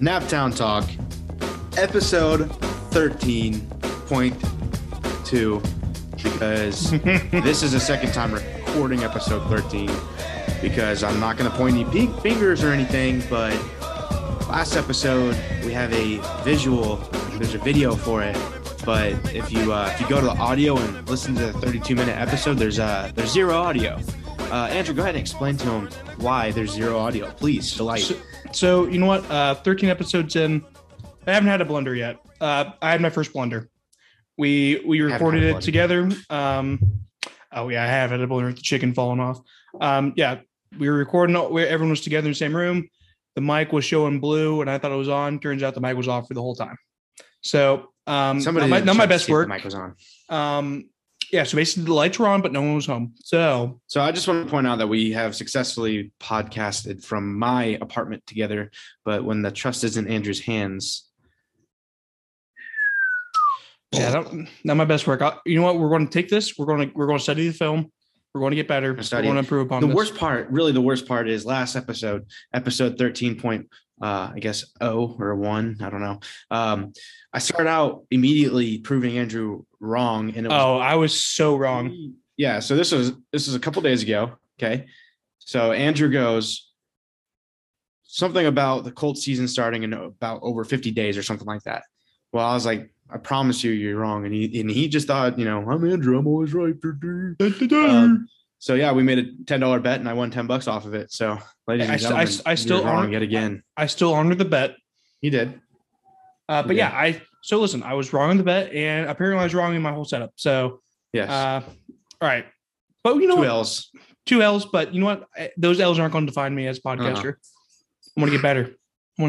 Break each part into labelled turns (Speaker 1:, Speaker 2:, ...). Speaker 1: Naptown Talk, episode 13.2, because this is the second time recording episode 13. Because I'm not going to point any pink fingers or anything, but last episode we have a visual, there's a video for it. But if you uh, if you go to the audio and listen to the 32 minute episode, there's uh there's zero audio. Uh, Andrew, go ahead and explain to him why there's zero audio, please. Delight.
Speaker 2: So, so you know what? Uh, 13 episodes in, I haven't had a blunder yet. Uh, I had my first blunder. We we
Speaker 1: Haven't had
Speaker 2: recorded
Speaker 1: a
Speaker 2: it
Speaker 1: blunder.
Speaker 2: together. Um, oh yeah, I have had a blunder with the chicken falling off. Um, yeah, we were recording. all- Where everyone was together in the same room. The mic was showing blue, and I thought it was on. Turns out the mic was off for the whole time. So um,
Speaker 1: Somebody
Speaker 2: not my,
Speaker 1: didn't
Speaker 2: not my
Speaker 1: check to
Speaker 2: best
Speaker 1: see if the
Speaker 2: work.
Speaker 1: Mic was on.
Speaker 2: Um, yeah, so basically the lights were on, but no one was home. So
Speaker 1: So I just want to point out that we have successfully podcasted from my apartment together, but when the trust is in Andrew's hands,
Speaker 2: Yeah, that, not my best work. I, you know what? We're going to take this. We're going to we're going to study the film. We're going to get better. We're
Speaker 1: study
Speaker 2: going to improve upon
Speaker 1: the
Speaker 2: this.
Speaker 1: worst part, really the worst part is last episode, episode 13 point, uh, I guess, O or one, I don't know. Um, I start out immediately proving Andrew wrong. And it was
Speaker 2: Oh, I was so wrong.
Speaker 1: Yeah, so this was this was a couple days ago. Okay, so Andrew goes something about the Colts season starting in about over fifty days or something like that. Well, I was like, I promise you, you're wrong, and he and he just thought, you know, I'm Andrew, I'm always right. Um, So yeah, we made a ten dollar bet, and I won ten bucks off of it. So, ladies
Speaker 2: I
Speaker 1: and
Speaker 2: s- I
Speaker 1: gentlemen,
Speaker 2: s- I
Speaker 1: you
Speaker 2: still
Speaker 1: were wrong
Speaker 2: aren't-
Speaker 1: yet again.
Speaker 2: I still honor the bet.
Speaker 1: He did.
Speaker 2: Uh, but
Speaker 1: Okay.
Speaker 2: yeah, I so listen. I was wrong on the bet, and apparently I was wrong in my whole setup. So,
Speaker 1: Yes.
Speaker 2: uh, all right. But you know,
Speaker 1: Two
Speaker 2: what?
Speaker 1: L's.
Speaker 2: two L's. But you know what? I- Those L's aren't going to define me as a
Speaker 1: Uh-huh.
Speaker 2: podcaster. I'm going to get better. I'm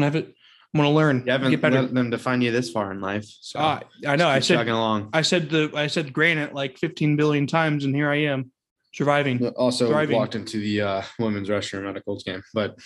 Speaker 2: going to have it. I'm going to learn.
Speaker 1: You haven't
Speaker 2: get better.
Speaker 1: let them define you this far in life. So
Speaker 2: Uh, I
Speaker 1: just
Speaker 2: know. I
Speaker 1: keep
Speaker 2: said
Speaker 1: chugging along.
Speaker 2: I said the I said granite like 15 billion times, and here I am surviving.
Speaker 1: But also
Speaker 2: Driving.
Speaker 1: walked into the uh, women's restroom at a Colts game. But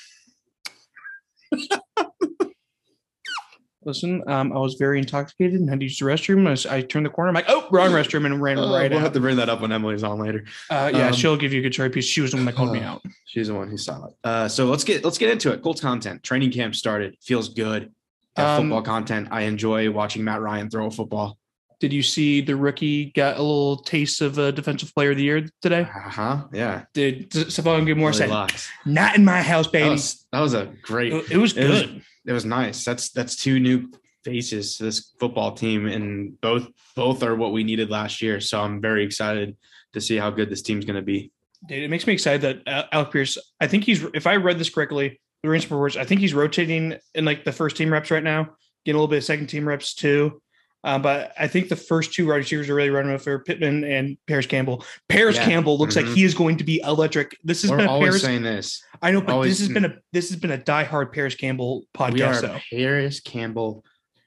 Speaker 2: Listen, um, I was very intoxicated and had to use the restroom. I s- I, turned the corner, I'm like, oh, wrong restroom, and ran
Speaker 1: Uh,
Speaker 2: right
Speaker 1: we'll have
Speaker 2: out.
Speaker 1: to bring that up when Emily's on later.
Speaker 2: uh, yeah,
Speaker 1: um,
Speaker 2: she'll give you a good cherry piece. She was the one that called me
Speaker 1: uh,
Speaker 2: out.
Speaker 1: She's the one who saw it. Uh, so let's get let's get into it. Colts content. Training camp started. Feels good. Got
Speaker 2: Um,
Speaker 1: football content. I enjoy watching Matt Ryan throw a football.
Speaker 2: Did you see the rookie got a little taste of a defensive player of the year today?
Speaker 1: Uh huh. Yeah.
Speaker 2: Did Savon Gilmore
Speaker 1: Really
Speaker 2: said,
Speaker 1: locked.
Speaker 2: not in my house,
Speaker 1: That
Speaker 2: baby?
Speaker 1: was, that was a great.
Speaker 2: It, it was
Speaker 1: it was-
Speaker 2: good.
Speaker 1: It was nice. That's that's two new faces to this football team, and both both are what we needed last year. So I'm very excited to see how good this team's going to be.
Speaker 2: Dude, it makes me excited that uh, Alec Pierce. I think he's, if I read this correctly, the Rings reports. I think he's rotating in like the first team reps right now, getting a little bit of second team reps too. Uh, but I think the first two wide receivers are really running with for Pittman and Paris Campbell. Paris
Speaker 1: Yeah.
Speaker 2: Campbell looks
Speaker 1: Mhm.
Speaker 2: like he is going to be electric. This has
Speaker 1: We're
Speaker 2: been a
Speaker 1: always
Speaker 2: Paris.
Speaker 1: saying this.
Speaker 2: I know, but
Speaker 1: always-
Speaker 2: this has been a this has been a diehard Paris Campbell
Speaker 1: we are
Speaker 2: podcast.
Speaker 1: a
Speaker 2: Though
Speaker 1: Paris Campbell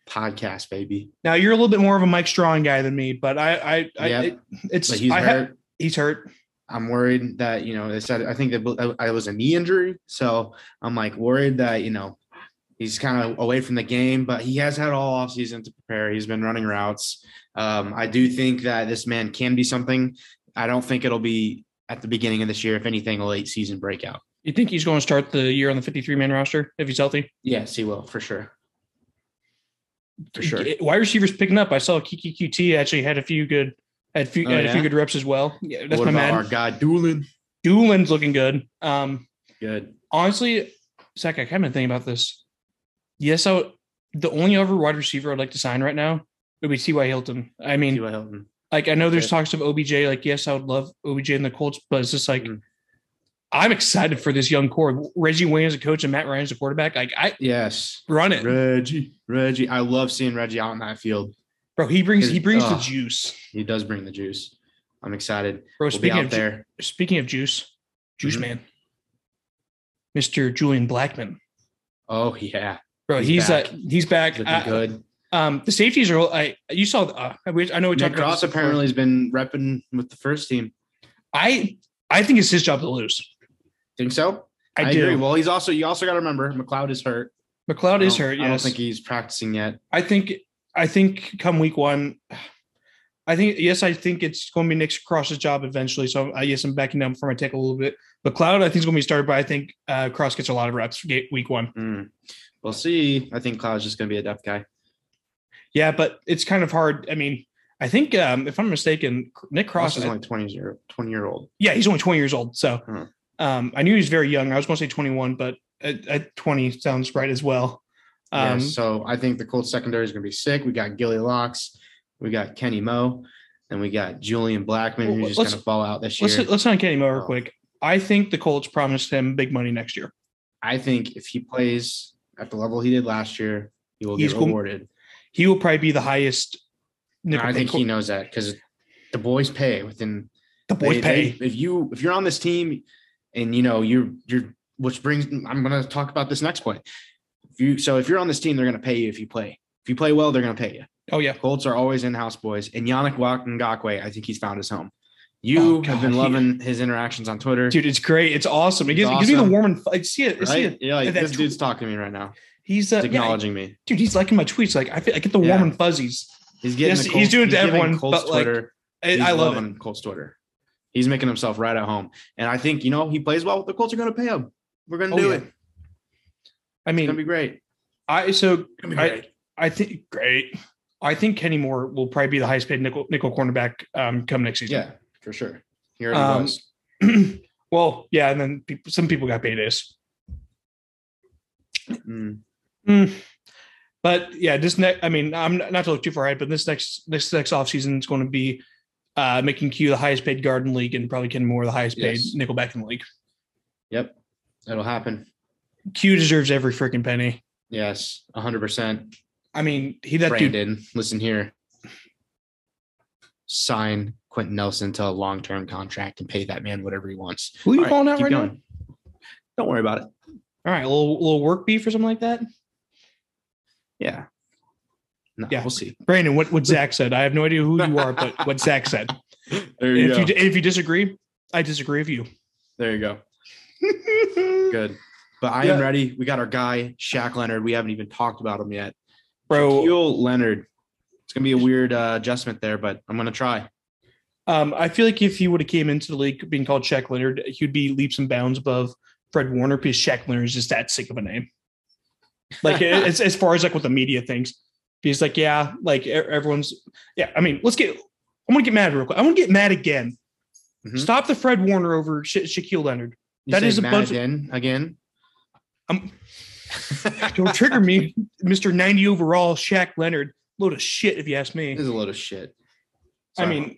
Speaker 1: podcast, baby.
Speaker 2: now you're a little bit more of a Mike Strong guy than me, but I I, I
Speaker 1: Yeah.
Speaker 2: it- it's
Speaker 1: But he's
Speaker 2: I ha-
Speaker 1: hurt.
Speaker 2: he's hurt.
Speaker 1: I'm worried that you know they said I think that I was a knee injury, so I'm like worried that you know he's kind of away from the game, but he has had all offseason to prepare. He's been running routes. Um, I do think that this man can be something. I don't think it'll be at the beginning of this year. If anything, a late season breakout.
Speaker 2: You think he's going to start the year on the 53 man roster if he's healthy?
Speaker 1: Yes, he will for sure. For sure.
Speaker 2: It- Wide receivers picking up. I saw Kiki QT actually had a few good had, few,
Speaker 1: Oh,
Speaker 2: had a few
Speaker 1: yeah?
Speaker 2: good reps as well. Yeah, that's
Speaker 1: what
Speaker 2: my
Speaker 1: about
Speaker 2: man.
Speaker 1: our guy Doolin?
Speaker 2: Doolin's looking good. Um,
Speaker 1: Good.
Speaker 2: honestly, Zach, I kind of thinking about this. Yes, I would- the only other wide receiver I'd like to sign right now would be T.Y. Hilton. I mean,
Speaker 1: T.Y. Hilton.
Speaker 2: like I know there's
Speaker 1: Okay.
Speaker 2: talks of OBJ. Like, yes, I would love OBJ in the Colts, but it's just like
Speaker 1: Mhm.
Speaker 2: I'm excited for this young core. Reggie Wayne as a coach and Matt Ryan as a quarterback. Like, I
Speaker 1: Yes.
Speaker 2: run it,
Speaker 1: Reggie. Reggie. I love seeing Reggie out in that field.
Speaker 2: bro. He brings he brings the
Speaker 1: Ugh.
Speaker 2: juice,
Speaker 1: He does bring the juice. I'm excited.
Speaker 2: bro.
Speaker 1: We'll be
Speaker 2: speaking
Speaker 1: out
Speaker 2: of ju-
Speaker 1: there.
Speaker 2: speaking of juice, juice
Speaker 1: Mhm.
Speaker 2: man, Mr. Julian Blackman,
Speaker 1: Oh yeah,
Speaker 2: bro,
Speaker 1: He's
Speaker 2: he's,
Speaker 1: back.
Speaker 2: uh, he's back.
Speaker 1: looking
Speaker 2: Uh,
Speaker 1: good.
Speaker 2: um, the safeties are. I you saw. Uh, I, wish- I know we
Speaker 1: Nick
Speaker 2: talked about
Speaker 1: Cross
Speaker 2: this before.
Speaker 1: apparently has been repping with the first team.
Speaker 2: I I think it's his job to lose.
Speaker 1: Think so?
Speaker 2: I, do.
Speaker 1: Well, he's also you also got to remember McLeod is hurt.
Speaker 2: McLeod
Speaker 1: I
Speaker 2: is
Speaker 1: don't-
Speaker 2: hurt. Yes,
Speaker 1: I don't think he's practicing yet.
Speaker 2: I think I think come week one, I think yes, I think it's going to be Nick Cross's job eventually. So I yes, I'm backing down from my take a little bit. But Cloud, I think is going to be started, but I think uh, Cross gets a lot of reps ga- week one.
Speaker 1: Mm. We'll see. I think Cloud's just going to be a depth guy.
Speaker 2: Yeah, but it's kind of hard. I mean, I think um, if I'm mistaken, Nick Cross
Speaker 1: Cross is
Speaker 2: I-
Speaker 1: only 20 year 20 year old.
Speaker 2: yeah, he's only 20 years old. So
Speaker 1: Hmm.
Speaker 2: um, I knew he was very young. I was going to say 21, but at, at 20 sounds right as well.
Speaker 1: Yeah,
Speaker 2: Um,
Speaker 1: so I think the Colts secondary is going to be sick. We got Gilly Locks, we got Kenny Moe, and we got Julian Blackman,
Speaker 2: Well,
Speaker 1: who's just
Speaker 2: let's-
Speaker 1: going to fall out this year.
Speaker 2: let's let's not get him over
Speaker 1: Oh.
Speaker 2: quick. I think the Colts promised him big money next year.
Speaker 1: I think if he plays at the level he did last year, he will
Speaker 2: He's
Speaker 1: get
Speaker 2: going-
Speaker 1: rewarded.
Speaker 2: He will probably be the highest.
Speaker 1: And
Speaker 2: nickel-
Speaker 1: I think he knows that because the boys pay within
Speaker 2: the boys
Speaker 1: they-
Speaker 2: pay.
Speaker 1: they- if you if you're on this team and you know you're you're which brings I'm gonna talk about this next point. If you so if you're on this team, they're gonna pay you if you play. If you play well, they're gonna pay you.
Speaker 2: oh yeah,
Speaker 1: Colts are always in-house boys, and Yannick Wa- Ngakwe, I think he's found his home. You
Speaker 2: Oh, God,
Speaker 1: have been
Speaker 2: he-
Speaker 1: loving his interactions on Twitter,
Speaker 2: dude, it's great. It's awesome. It
Speaker 1: It's
Speaker 2: gives, it gives me
Speaker 1: awesome.
Speaker 2: the warm and I see it. I see
Speaker 1: right?
Speaker 2: it.
Speaker 1: You're like
Speaker 2: that
Speaker 1: this
Speaker 2: tw-
Speaker 1: dude's talking to me right now.
Speaker 2: He's uh,
Speaker 1: He's
Speaker 2: yeah,
Speaker 1: acknowledging me.
Speaker 2: dude. He's liking my tweets. Like I, feel, I get the warm
Speaker 1: Yeah.
Speaker 2: and fuzzies.
Speaker 1: He's getting.
Speaker 2: Yes,
Speaker 1: the
Speaker 2: he's
Speaker 1: Colts,
Speaker 2: doing to
Speaker 1: giving
Speaker 2: everyone,
Speaker 1: Colts
Speaker 2: but, like,
Speaker 1: Twitter.
Speaker 2: I,
Speaker 1: he's
Speaker 2: I love
Speaker 1: loving
Speaker 2: it.
Speaker 1: Colts Twitter. He's making himself right at home, and I think you know he plays well. The Colts are going to pay him. We're going to
Speaker 2: Oh,
Speaker 1: do
Speaker 2: yeah.
Speaker 1: it. It's
Speaker 2: I mean,
Speaker 1: going to be great.
Speaker 2: I so
Speaker 1: It's gonna be
Speaker 2: I-
Speaker 1: great.
Speaker 2: I think great. I think Kenny Moore will probably be the highest paid nickel nickel cornerback um, come next season.
Speaker 1: Yeah, for sure. He already
Speaker 2: Um,
Speaker 1: was.
Speaker 2: well, yeah, and then people, some people got paydays.
Speaker 1: Mm.
Speaker 2: But yeah, this next, I mean, I'm not not to look too far ahead, but this next, this next offseason is going to be uh, making Q the highest paid guard in the league and probably Ken Moore the highest paid
Speaker 1: Yes.
Speaker 2: nickel back in the league.
Speaker 1: Yep, that'll happen.
Speaker 2: Q deserves every freaking penny.
Speaker 1: Yes, hundred percent.
Speaker 2: I mean, he, that dude,
Speaker 1: Brandon, listen here. Sign Quentin Nelson to a long-term contract and pay that man whatever he wants.
Speaker 2: who are you
Speaker 1: All right,
Speaker 2: calling out
Speaker 1: keep
Speaker 2: right
Speaker 1: going. Don't worry about it.
Speaker 2: now? All right, a little, little work beef or something like that.
Speaker 1: Yeah. No,
Speaker 2: Yeah.
Speaker 1: we'll see.
Speaker 2: Brandon, what, what Zach said, I have no idea who you are, but what Zach said.
Speaker 1: There
Speaker 2: If you, if you disagree, I disagree with you.
Speaker 1: there you go. Good. But I am
Speaker 2: Yeah.
Speaker 1: ready. We got our guy, Shaq Leonard. We haven't even talked about him yet.
Speaker 2: Bro,
Speaker 1: Shaquille Leonard. It's gonna be a weird uh, adjustment there, but I'm gonna try.
Speaker 2: um, I feel like if he would have came into the league being called Shaq Leonard, he'd be leaps and bounds above Fred Warner because Shaq Leonard is just that sick of a name. Like as as far as like what the media thinks, he's like, yeah, like e- everyone's, yeah. I mean, let's get. I'm gonna get mad real quick. I'm gonna get mad again.
Speaker 1: Mhm.
Speaker 2: Stop the Fred Warner over Sha- Shaquille Leonard.
Speaker 1: You
Speaker 2: That
Speaker 1: say
Speaker 2: is a
Speaker 1: mad
Speaker 2: bunch of-
Speaker 1: again, again.
Speaker 2: Um, Don't trigger me, Mister 90 overall Shaq Leonard. Load of shit, if you ask me.
Speaker 1: this is a load of shit.
Speaker 2: I
Speaker 1: Sorry.
Speaker 2: mean,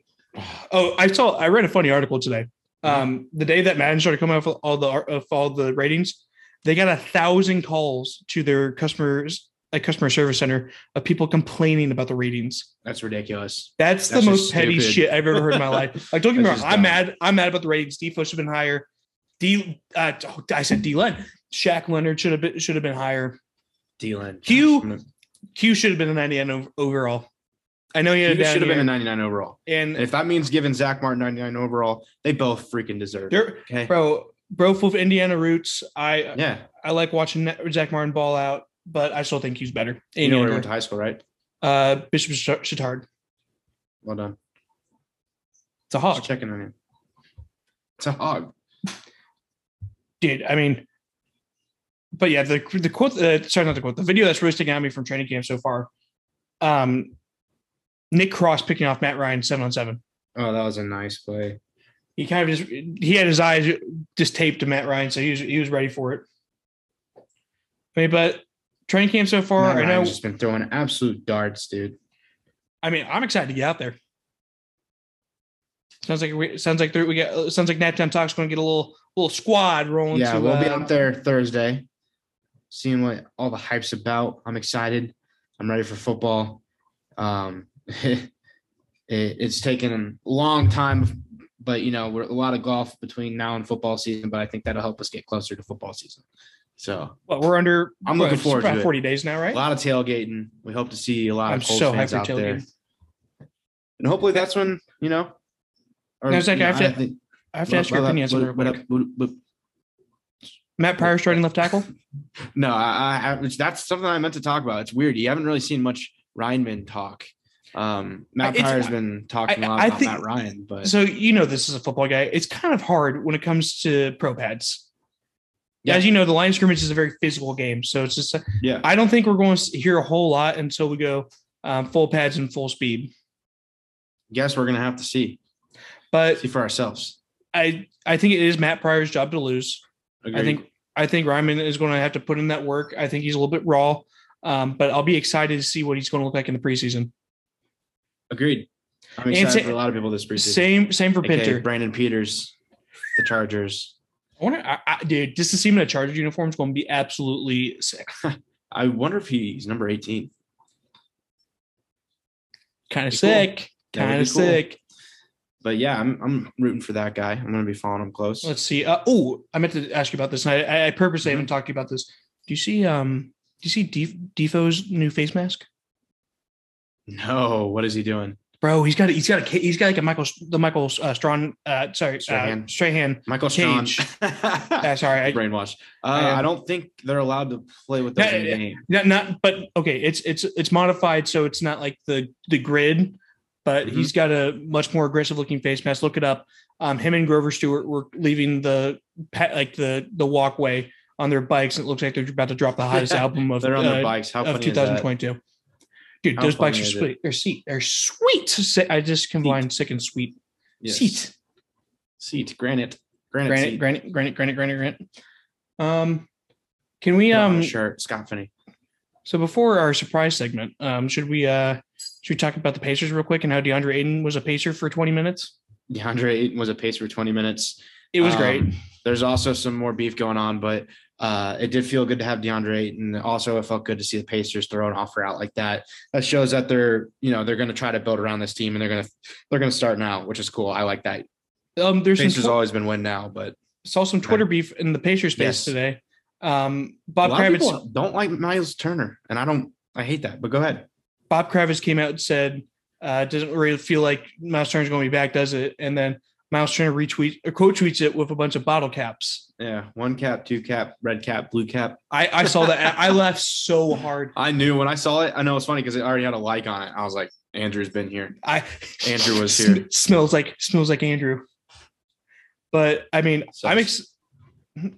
Speaker 2: oh, I saw. I read a funny article today.
Speaker 1: Mm-hmm.
Speaker 2: Um, the day that Madden started coming out with all the uh, of all the ratings, they got a thousand calls to their customers, like customer service center, of people complaining about the ratings.
Speaker 1: that's ridiculous. That's
Speaker 2: That's, the
Speaker 1: just
Speaker 2: most petty
Speaker 1: stupid.
Speaker 2: shit I've ever heard in my life. Like, don't get me
Speaker 1: That's
Speaker 2: wrong,
Speaker 1: just
Speaker 2: I'm
Speaker 1: dumb.
Speaker 2: mad. I'm mad about the ratings. Defo should have been higher. D, uh, oh, I said D. Len. Shaq Leonard should have been should have been higher.
Speaker 1: Dylan.
Speaker 2: Q-
Speaker 1: Gosh, I'm gonna-
Speaker 2: Q should have been a 99 ov- overall. I know he had a
Speaker 1: Q
Speaker 2: down
Speaker 1: should have been a
Speaker 2: year,
Speaker 1: 99 overall.
Speaker 2: and
Speaker 1: And if that means giving Zach Martin 99 overall, they both freaking deserve it.
Speaker 2: there,
Speaker 1: Okay.
Speaker 2: bro, bro, full of Indiana roots. I
Speaker 1: Yeah.
Speaker 2: I like watching that- Zach Martin ball out, but I still think he's better.
Speaker 1: You know where he
Speaker 2: Indiana.
Speaker 1: went to high school, right?
Speaker 2: uh, Bishop Chittard.
Speaker 1: Well done.
Speaker 2: It's a
Speaker 1: Just
Speaker 2: hog,
Speaker 1: checking on him. It's a hog.
Speaker 2: dude. I mean, but yeah, the the quote. Uh, sorry, not the quote. The video that's really sticking out to me from training camp so far. Um, Nick Cross picking off Matt Ryan seven on seven.
Speaker 1: Oh, that was a nice play.
Speaker 2: He kind of just he had his eyes just taped to Matt Ryan, so he was he was ready for it. I mean, but training camp so far,
Speaker 1: Matt
Speaker 2: I know.
Speaker 1: Ryan's just been throwing absolute darts, dude.
Speaker 2: I mean, I'm excited to get out there. Sounds like we sounds like there- we got sounds like Naptown Talk's going to get a little little squad rolling.
Speaker 1: Yeah,
Speaker 2: to,
Speaker 1: we'll be
Speaker 2: uh,
Speaker 1: out there Thursday, seeing what all the hype's about. I'm excited. I'm ready for football. Um, it, it's taken a long time, but you know, we're a lot of golf between now and football season. But I think that'll help us get closer to football season. So
Speaker 2: What, we're under.
Speaker 1: I'm looking
Speaker 2: what,
Speaker 1: forward to
Speaker 2: about
Speaker 1: it.
Speaker 2: 40 days now,
Speaker 1: a
Speaker 2: right?
Speaker 1: lot of tailgating. We hope to see a lot
Speaker 2: I'm
Speaker 1: of Colts
Speaker 2: so hyped
Speaker 1: fans
Speaker 2: for
Speaker 1: out there,
Speaker 2: tailgating.
Speaker 1: and hopefully that's when you know. Or,
Speaker 2: Now, Zach,
Speaker 1: you
Speaker 2: I
Speaker 1: know,
Speaker 2: have to-
Speaker 1: think-
Speaker 2: I have to ask your opinion on something real quick. Matt Pryor starting left tackle.
Speaker 1: No, I, I have- that's something I meant to talk about. It's weird. You haven't really seen much Ryanman talk. Um, Matt
Speaker 2: It's-
Speaker 1: Pryor's been talking a lot
Speaker 2: I- I
Speaker 1: about
Speaker 2: think-
Speaker 1: Matt Ryan, but
Speaker 2: So you know this is a football guy. It's kind of hard when it comes to pro pads.
Speaker 1: Yeah.
Speaker 2: As you know, the line of scrimmage is a very physical game, so it's just
Speaker 1: Yeah.
Speaker 2: I don't think we're going to hear a whole lot until we go um, full pads and full speed.
Speaker 1: Guess we're gonna have to see
Speaker 2: But
Speaker 1: see for ourselves.
Speaker 2: I I think it is Matt Pryor's job to lose. I
Speaker 1: Agreed.
Speaker 2: think I think Ryman is going to have to put in that work. I think he's a little bit raw, um, but I'll be excited to see what he's going to look like in the preseason.
Speaker 1: agreed. I'm
Speaker 2: And
Speaker 1: excited
Speaker 2: say-
Speaker 1: for a lot of people this preseason.
Speaker 2: Same same for
Speaker 1: AKA
Speaker 2: Pinter.
Speaker 1: Brandon Peters, the Chargers.
Speaker 2: I wonder, I, I, dude, just to see him in a Chargers uniform is going to be absolutely sick.
Speaker 1: I wonder if he's number 18.
Speaker 2: Kind of
Speaker 1: Be cool.
Speaker 2: sick.
Speaker 1: That would
Speaker 2: Kind
Speaker 1: be
Speaker 2: of
Speaker 1: cool.
Speaker 2: sick.
Speaker 1: But yeah, I'm I'm rooting for that guy. I'm gonna be following him close.
Speaker 2: Let's see. Uh, oh, I meant to ask you about this, and I, I purposely haven't
Speaker 1: Mm-hmm.
Speaker 2: talked to you about this. Do you see? Um, do you see Def- Defoe's new face mask,
Speaker 1: no, what is he doing?
Speaker 2: bro? He's got a, he's got a ca- he's got like a Michael the Michael uh, Strawn uh, sorry
Speaker 1: Strahan.
Speaker 2: Uh, Strahan.
Speaker 1: Michael Strahan.
Speaker 2: Cage. Uh, sorry, I,
Speaker 1: Brainwash. Uh,
Speaker 2: I am-
Speaker 1: I don't think they're allowed to play with those
Speaker 2: Yeah,
Speaker 1: in the
Speaker 2: yeah,
Speaker 1: game.
Speaker 2: not, not but okay it's it's it's modified so it's not like the the grid but
Speaker 1: Mhm.
Speaker 2: he's got a much more aggressive looking face mask look it up um him and grover stewart were leaving the pa- like the the walkway on their bikes it looks like they're about to drop the hottest
Speaker 1: Yeah,
Speaker 2: album of,
Speaker 1: They're on their
Speaker 2: uh,
Speaker 1: bikes. How
Speaker 2: of
Speaker 1: funny is that?
Speaker 2: 2022 dude
Speaker 1: How
Speaker 2: those bikes
Speaker 1: funny
Speaker 2: are
Speaker 1: is it?
Speaker 2: sweet they're sweet they're sweet Se- i just combined sick and sweet
Speaker 1: Yes.
Speaker 2: seat
Speaker 1: Seat. Granite. Granite.
Speaker 2: granite
Speaker 1: seat.
Speaker 2: granite granite granite granite granite um can we
Speaker 1: Yeah,
Speaker 2: um
Speaker 1: sure. Scott Finney.
Speaker 2: So before our surprise segment, um, should we uh, should we talk about the Pacers real quick and how DeAndre Ayton was a Pacer for 20 minutes?
Speaker 1: DeAndre Ayton was a pace for 20 minutes.
Speaker 2: It was
Speaker 1: Um,
Speaker 2: great.
Speaker 1: There's also some more beef going on, but uh, it did feel good to have DeAndre Ayton. Also, it felt good to see the Pacers throw an offer out like that. That shows that they're, you know, they're going to try to build around this team and they're going to they're going to start now, which is cool. I like that.
Speaker 2: Um, there's some
Speaker 1: Pacers
Speaker 2: tw-
Speaker 1: always been win now, but
Speaker 2: saw some Twitter beef in the Pacer space
Speaker 1: Yes.
Speaker 2: today. Um,
Speaker 1: a
Speaker 2: Bob
Speaker 1: lot of
Speaker 2: Kravitz
Speaker 1: people don't like Miles Turner, and I don't. I hate that. But go ahead.
Speaker 2: Bob Kravitz came out and said, uh, it doesn't really feel like Miles Turner's going to be back, does it? And then Miles Turner retweet or quote tweets it with a bunch of bottle caps.
Speaker 1: Yeah, one cap, two cap, red cap, blue cap.
Speaker 2: I, I saw that. I laughed so hard.
Speaker 1: I knew when I saw it. I know it's funny because it already had a like on it. I was like, Andrew's been here.
Speaker 2: I
Speaker 1: Andrew was
Speaker 2: Sm-
Speaker 1: here.
Speaker 2: smells like smells like Andrew. But I mean,
Speaker 1: So-
Speaker 2: I'm ex-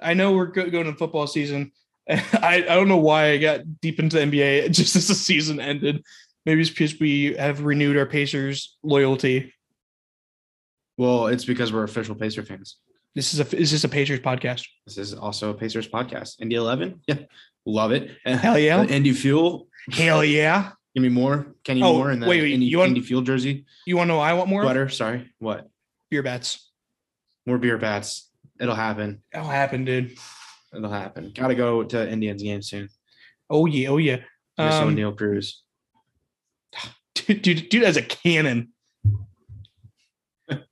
Speaker 2: I know we're go- going to football season. I, I don't know why I got deep into the NBA just as the season ended. Maybe it's because we have renewed our Pacers loyalty.
Speaker 1: Well, it's because we're official Pacer fans.
Speaker 2: This is a is this a Pacers podcast?
Speaker 1: This is also a Pacers podcast. Indy 11. Yeah. Love it.
Speaker 2: Hell yeah.
Speaker 1: The Indy Fuel.
Speaker 2: Hell yeah!
Speaker 1: Give me more. Kenny
Speaker 2: Oh,
Speaker 1: Moore and the
Speaker 2: wait, wait,
Speaker 1: Indy,
Speaker 2: you want-
Speaker 1: Indy Fuel jersey.
Speaker 2: You want to know? What I want more
Speaker 1: Butter. Sorry. What?
Speaker 2: beer bats.
Speaker 1: More beer bats. It'll happen.
Speaker 2: That'll happen, dude.
Speaker 1: It'll happen. Got to go to Indians game soon.
Speaker 2: Oh yeah, oh yeah.
Speaker 1: Miss
Speaker 2: Um,
Speaker 1: O'Neill Cruz.
Speaker 2: dude, dude, dude has a cannon.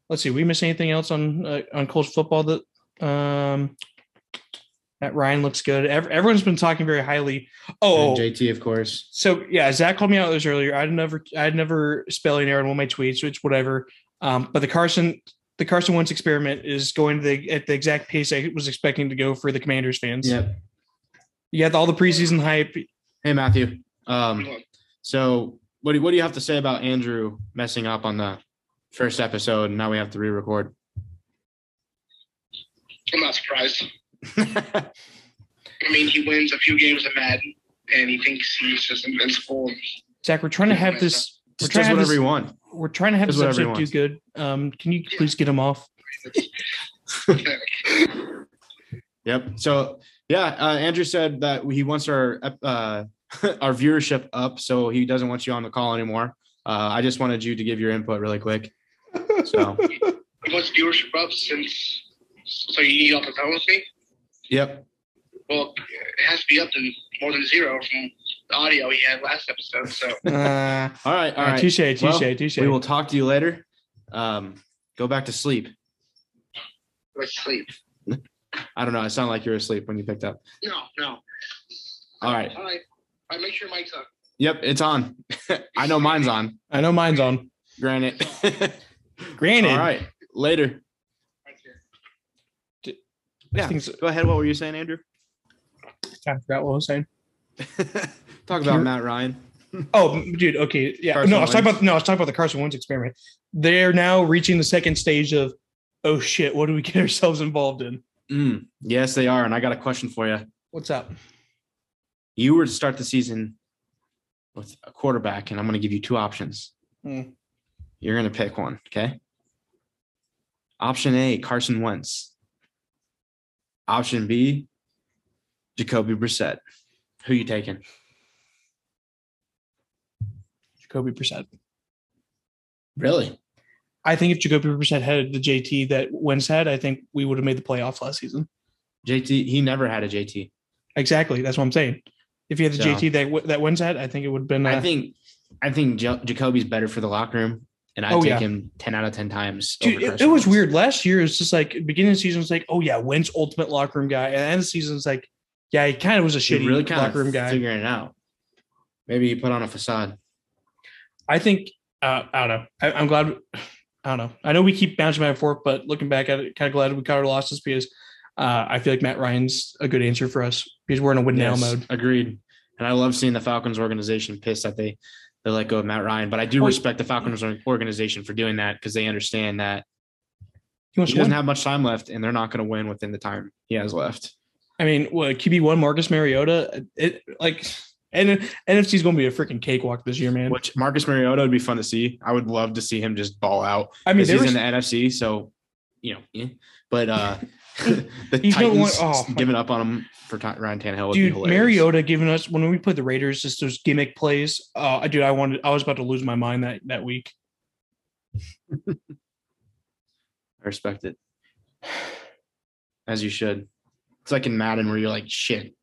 Speaker 2: Let's see. We miss anything else on uh, on college football that um that Ryan looks good. Ev- everyone's been talking very highly. Oh,
Speaker 1: And JT, of course.
Speaker 2: so yeah, Zach called me out this earlier. I'd never I'd never spelling error in one of my tweets, which whatever. Um, but the Carson the Carson Wentz experiment is going to the, at the exact pace I was expecting to go for the Commanders fans.
Speaker 1: Yep.
Speaker 2: You got all the preseason hype.
Speaker 1: Hey, Matthew. Um, so what do, what do you have to say about Andrew messing up on the first episode and now we have to re-record?
Speaker 3: I'm not surprised. I mean, he wins a few games of Madden, and he thinks he's just invincible.
Speaker 2: Zach, we're trying to have this. We're
Speaker 1: Just
Speaker 2: trying
Speaker 1: does
Speaker 2: to have
Speaker 1: whatever
Speaker 2: this-
Speaker 1: you want.
Speaker 2: we're trying to have
Speaker 1: Does
Speaker 2: this
Speaker 1: whatever he
Speaker 2: episode do
Speaker 1: wants.
Speaker 2: good. Um, can you please get him off?
Speaker 1: Yep. So yeah, uh, Andrew said that he wants our uh, our viewership up, so he doesn't want you on the call anymore. Uh, I just wanted you to give your input really quick. So
Speaker 3: What's viewership up since? So you need off the phone with me?
Speaker 1: yep,
Speaker 3: Well, it has to be up to more than zero from the audio he had last episode. So
Speaker 2: Uh,
Speaker 1: all right, all right.
Speaker 2: touche, touche,
Speaker 1: Well,
Speaker 2: touche.
Speaker 1: We will talk to you later. Um, go back to sleep.
Speaker 3: let's sleep.
Speaker 1: I don't know. It sounded like you were asleep when you picked up.
Speaker 3: No, no.
Speaker 1: All right.
Speaker 3: All right. All right. Make sure your mic's up.
Speaker 1: Yep, it's on. I know mine's on.
Speaker 2: I know mine's on.
Speaker 1: Granted.
Speaker 2: Granted,
Speaker 1: all right. Later.
Speaker 3: Right here.
Speaker 1: Yeah.
Speaker 2: things-
Speaker 1: Go ahead. What were you saying, Andrew?
Speaker 2: I forgot what I was saying.
Speaker 1: Talk
Speaker 2: You're-
Speaker 1: about Matt Ryan.
Speaker 2: Oh, dude. Okay, yeah.
Speaker 1: Carson
Speaker 2: no, I was talking
Speaker 1: Wentz.
Speaker 2: about no, I was talking about the Carson Wentz experiment. They're now reaching the second stage of, oh shit, what do we get ourselves involved in?
Speaker 1: Mm, yes, they are. And I got a question for you.
Speaker 2: What's up?
Speaker 1: You were to start the season with a quarterback, and I'm going to give you two options.
Speaker 2: Hmm.
Speaker 1: You're going to pick one, okay? Option A, Carson Wentz. Option B, Jacoby Brissett. Who you taking?
Speaker 2: Jacoby Brissett.
Speaker 1: Really?
Speaker 2: I think if Jacoby Brissett had the JT that Wentz had, I think we would have made the playoffs last season.
Speaker 1: JT, he never had a JT.
Speaker 2: Exactly. That's what I'm saying. If he had the
Speaker 1: So-
Speaker 2: JT that w- that Wentz had, I think it would have been. Uh,
Speaker 1: I think I think jo- Jacoby's better for the locker room, and I
Speaker 2: Oh,
Speaker 1: take
Speaker 2: yeah.
Speaker 1: him ten out of ten times.
Speaker 2: Dude,
Speaker 1: over
Speaker 2: it, it
Speaker 1: Carson
Speaker 2: was
Speaker 1: Wentz.
Speaker 2: weird. Last year, it's just like beginning of the season was like, oh yeah, Wentz ultimate locker room guy, and end of the season it's like, yeah, he kind of was a
Speaker 1: He
Speaker 2: shitty
Speaker 1: really kind
Speaker 2: locker room
Speaker 1: of
Speaker 2: guy.
Speaker 1: figuring it out. Maybe he put on a facade.
Speaker 2: I think uh, I don't know. I, I'm glad. I don't know. I know we keep bouncing back and forth, but looking back at it, kind of glad we caught our losses because uh, I feel like Matt Ryan's a good answer for us because we're in a win
Speaker 1: Yes,
Speaker 2: now mode.
Speaker 1: Agreed. And I love seeing the Falcons organization pissed that they they let go of Matt Ryan, but I do
Speaker 2: Oh,
Speaker 1: respect the Falcons or- organization for doing that because they understand that
Speaker 2: He
Speaker 1: he
Speaker 2: wants to
Speaker 1: doesn't
Speaker 2: win.
Speaker 1: have much time left, and they're not going to win within the time he has left.
Speaker 2: I mean, well, QB one, Marcus Mariota, it like, and NFC's going to be a freaking cakewalk this year, man.
Speaker 1: Which Marcus Mariota would be fun to see. I would love to see him just ball out.
Speaker 2: I
Speaker 1: I
Speaker 2: mean,
Speaker 1: mean,
Speaker 2: there
Speaker 1: he's in
Speaker 2: was
Speaker 1: the NFC, so you know, eh. but uh, the
Speaker 2: He's gonna
Speaker 1: Titans
Speaker 2: want- oh, my-
Speaker 1: giving up on him for Ty- Ryan Tannehill would be
Speaker 2: dude
Speaker 1: hilarious.
Speaker 2: Mariota giving us when we played the Raiders just those gimmick plays. Uh, I- dude, I wanted I was about to lose my mind that that week.
Speaker 1: I respect it, as you should. It's like in Madden where you're like, shit,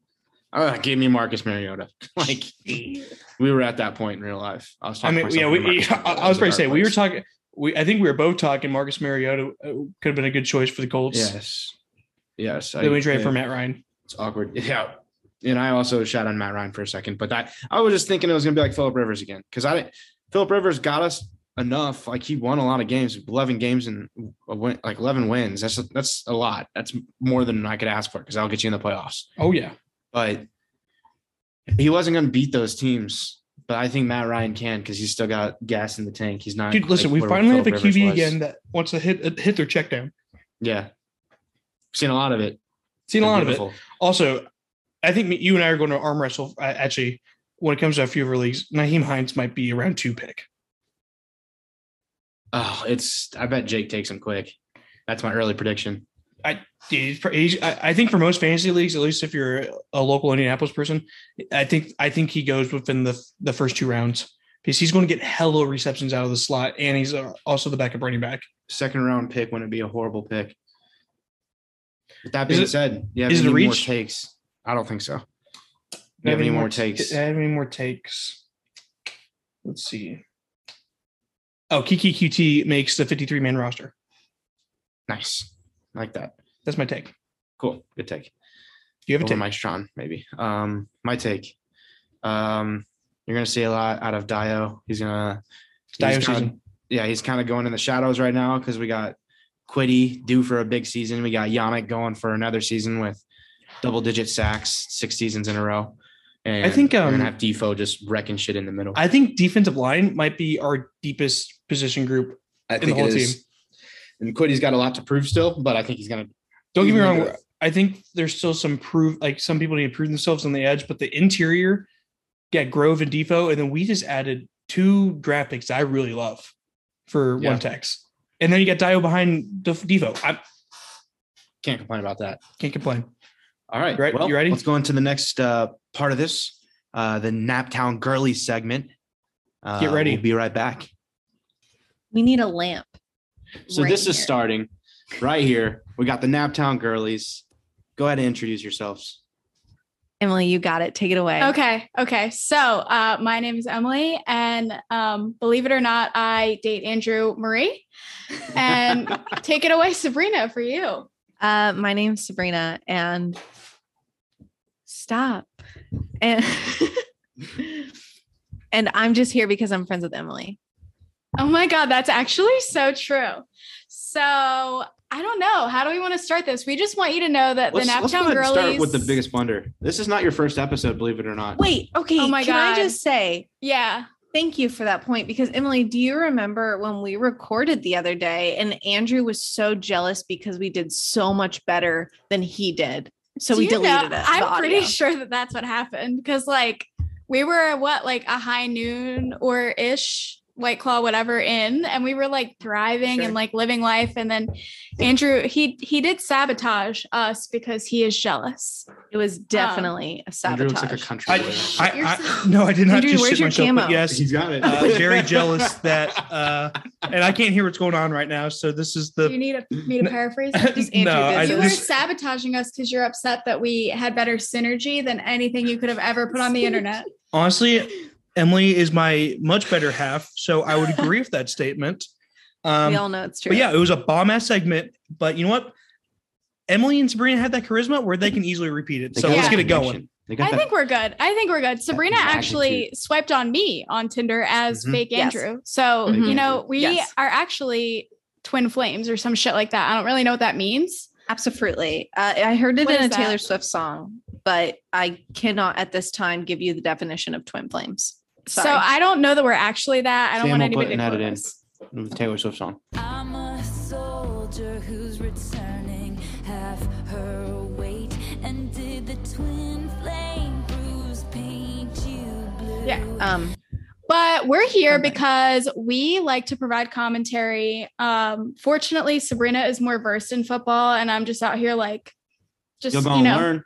Speaker 1: oh, give me Marcus Mariota. like we were at that point in real life. I was
Speaker 2: I
Speaker 1: talking.
Speaker 2: mean, yeah, we, I, I was about to say we were talking. We I think we were both talking. Marcus Mariota uh, could have been a good choice for the Colts.
Speaker 1: Yes, yes. I-
Speaker 2: Then we traded
Speaker 1: yeah.
Speaker 2: for Matt Ryan.
Speaker 1: It's awkward. Yeah. And I also shot on Matt Ryan for a second, but that I was just thinking it was gonna be like Philip Rivers again. Cause I didn't Philip Rivers got us enough. Like he won a lot of games, 11 games and a win, like 11 wins. That's that's a lot. That's more than I could ask for because I'll get you in the playoffs.
Speaker 2: Oh yeah,
Speaker 1: But he wasn't gonna beat those teams. But I think Matt Ryan can because he's still got gas in the tank. He's not
Speaker 2: dude. Listen,
Speaker 1: like
Speaker 2: we
Speaker 1: where
Speaker 2: finally have a
Speaker 1: Phillip Rivers
Speaker 2: QB
Speaker 1: was.
Speaker 2: again that wants to hit hit their check down.
Speaker 1: Yeah. Seen a lot of it.
Speaker 2: Seen a lot of it.
Speaker 1: Beautiful.
Speaker 2: Also, I think me- you and I are going to arm wrestle. uh, Actually, when it comes to a few of our leagues, Naheem Hines might be around two pick.
Speaker 1: Oh, it's I bet Jake takes him quick. That's my early prediction.
Speaker 2: Dude, he's, pr- he's, I I think for most fantasy leagues, at least if you're a local Indianapolis person, I think I think he goes within the the first two rounds because he's going to get hella receptions out of the slot, and he's uh, also the backup running back.
Speaker 1: Second round pick wouldn't be a horrible pick. With that
Speaker 2: Is
Speaker 1: being
Speaker 2: it-
Speaker 1: said, yeah,
Speaker 2: is it a
Speaker 1: any more
Speaker 2: reach?
Speaker 1: takes? I don't think so. Do you have any more takes?
Speaker 2: I have any more takes? Let's see. Oh, Kiki QT makes the 53 man roster.
Speaker 1: Nice, like that.
Speaker 2: That's my take. Do
Speaker 1: Cool, good take.
Speaker 2: you have a
Speaker 1: Over
Speaker 2: take?
Speaker 1: Mike Strawn, maybe. Um, my take. Um, you're gonna see a lot out of Dio. He's gonna.
Speaker 2: Dio
Speaker 1: he's kinda-
Speaker 2: season.
Speaker 1: yeah, he's kind of going in the shadows right now because we got Quiddy due for a big season. We got Yannick going for another season with double digit sacks, six seasons in a row. And
Speaker 2: I think,
Speaker 1: we're
Speaker 2: um,
Speaker 1: gonna have Defo just wrecking shit in the middle.
Speaker 2: I think defensive line might be our deepest position group.
Speaker 1: I
Speaker 2: think it is.
Speaker 1: And Quiddy's got a lot to prove still, but I think he's gonna
Speaker 2: Don't get me
Speaker 1: He's
Speaker 2: wrong.
Speaker 1: gonna do
Speaker 2: I think there's still some prove like some people need to prove themselves on the edge, but the interior, yeah, Grove and Defo, and then we just added two draft picks I really love for
Speaker 1: Yeah.
Speaker 2: one tax, and then you got Dio behind Def- Defo. I
Speaker 1: can't complain about that.
Speaker 2: can't complain.
Speaker 1: All right.
Speaker 2: You re-
Speaker 1: well,
Speaker 2: you ready?
Speaker 1: Let's go into the next uh, part of this, uh, the Naptown Girly segment. Uh,
Speaker 2: Get ready.
Speaker 1: We'll be right back.
Speaker 4: We need a lamp.
Speaker 1: So
Speaker 4: right
Speaker 1: this is
Speaker 4: here.
Speaker 1: starting right here. We got the Naptown Girlies. Go ahead and introduce yourselves.
Speaker 4: Emily, you got it. Take it away.
Speaker 5: Okay. Okay. So uh, my name is Emily, and um, believe it or not, I date Andrew Marie. And take it away, Sabrina, for you.
Speaker 4: Uh, my name's Sabrina, and stop. And and I'm just here because I'm friends with Emily.
Speaker 5: Oh my God, that's actually so true. So I don't know. How do we want to start this? We just want you to know that
Speaker 1: let's,
Speaker 5: the
Speaker 1: let's go
Speaker 5: Naptown
Speaker 1: ahead and
Speaker 5: Girlies.
Speaker 1: start with the biggest blunder. This is not your first episode, believe it or not.
Speaker 4: Wait, okay.
Speaker 5: Oh my
Speaker 4: can I
Speaker 5: God.
Speaker 4: just say
Speaker 5: Yeah.
Speaker 4: Thank you for that point because Emily, do you remember when we recorded the other day and Andrew was so jealous because we did so much better than he did? So
Speaker 5: Do
Speaker 4: we
Speaker 5: you know-
Speaker 4: deleted it. the
Speaker 5: I'm pretty
Speaker 4: audio.
Speaker 5: sure that that's what happened because like we were what like a high noon or ish white claw whatever in and we were like thriving
Speaker 4: Sure.
Speaker 5: and like living life and then Andrew he he did sabotage us because he is jealous.
Speaker 4: it was definitely a
Speaker 1: Andrew
Speaker 4: sabotage.
Speaker 1: looks like a country
Speaker 2: I,
Speaker 1: boy.
Speaker 2: I, I, no, I did not
Speaker 4: Andrew,
Speaker 2: just shit
Speaker 4: where's your
Speaker 2: myself. but
Speaker 4: camo?
Speaker 2: yes,
Speaker 1: He's got it.
Speaker 2: uh, very jealous that, uh, and I can't hear what's going on right now. So this is
Speaker 5: Do
Speaker 2: the
Speaker 5: you need a, me to paraphrase? that?
Speaker 4: Just Andrew
Speaker 2: Mm-hmm. no.
Speaker 4: did
Speaker 2: I,
Speaker 5: you were
Speaker 2: this,
Speaker 5: sabotaging us because you're upset that we had better synergy than anything you could have ever put on the internet.
Speaker 2: honestly, Emily is my much better half, so I would agree with that statement. Um,
Speaker 4: we all know it's true.
Speaker 2: but yeah, it was a bomb ass segment. But you know what? Emily and Sabrina had that charisma where they can easily repeat it.
Speaker 1: They
Speaker 2: So
Speaker 1: got
Speaker 2: let's
Speaker 1: that
Speaker 2: get it going.
Speaker 1: connection. They got
Speaker 5: I
Speaker 1: that-
Speaker 5: think we're good. I think we're good. Sabrina
Speaker 1: magnitude.
Speaker 5: actually swiped on me on Tinder as
Speaker 1: Mhm.
Speaker 5: fake
Speaker 4: Yes.
Speaker 5: Andrew. So,
Speaker 4: Fake
Speaker 5: you
Speaker 1: Andrew.
Speaker 5: know, we
Speaker 4: Yes.
Speaker 5: are actually twin flames or some shit like that. I don't really know what that means.
Speaker 4: Absolutely. Uh, I heard it
Speaker 5: What
Speaker 4: in a
Speaker 5: is that?
Speaker 4: Taylor Swift song, but I cannot at this time give you the definition of twin flames. Sorry.
Speaker 5: So, I don't know that we're actually that. I don't
Speaker 1: Sam
Speaker 5: want
Speaker 1: will
Speaker 5: anybody to
Speaker 1: button
Speaker 5: know
Speaker 1: that in.
Speaker 5: this.
Speaker 1: With Taylor Swift song.
Speaker 6: I'm a soldier who's returning half her weight. And did the twin flame bruise paint you blue?
Speaker 5: Yeah.
Speaker 4: um,
Speaker 5: But we're here
Speaker 4: Okay.
Speaker 5: because we like to provide commentary. Um, fortunately, Sabrina is more versed in football, and I'm just out here like, just
Speaker 1: You're gonna
Speaker 5: you know,
Speaker 1: learn.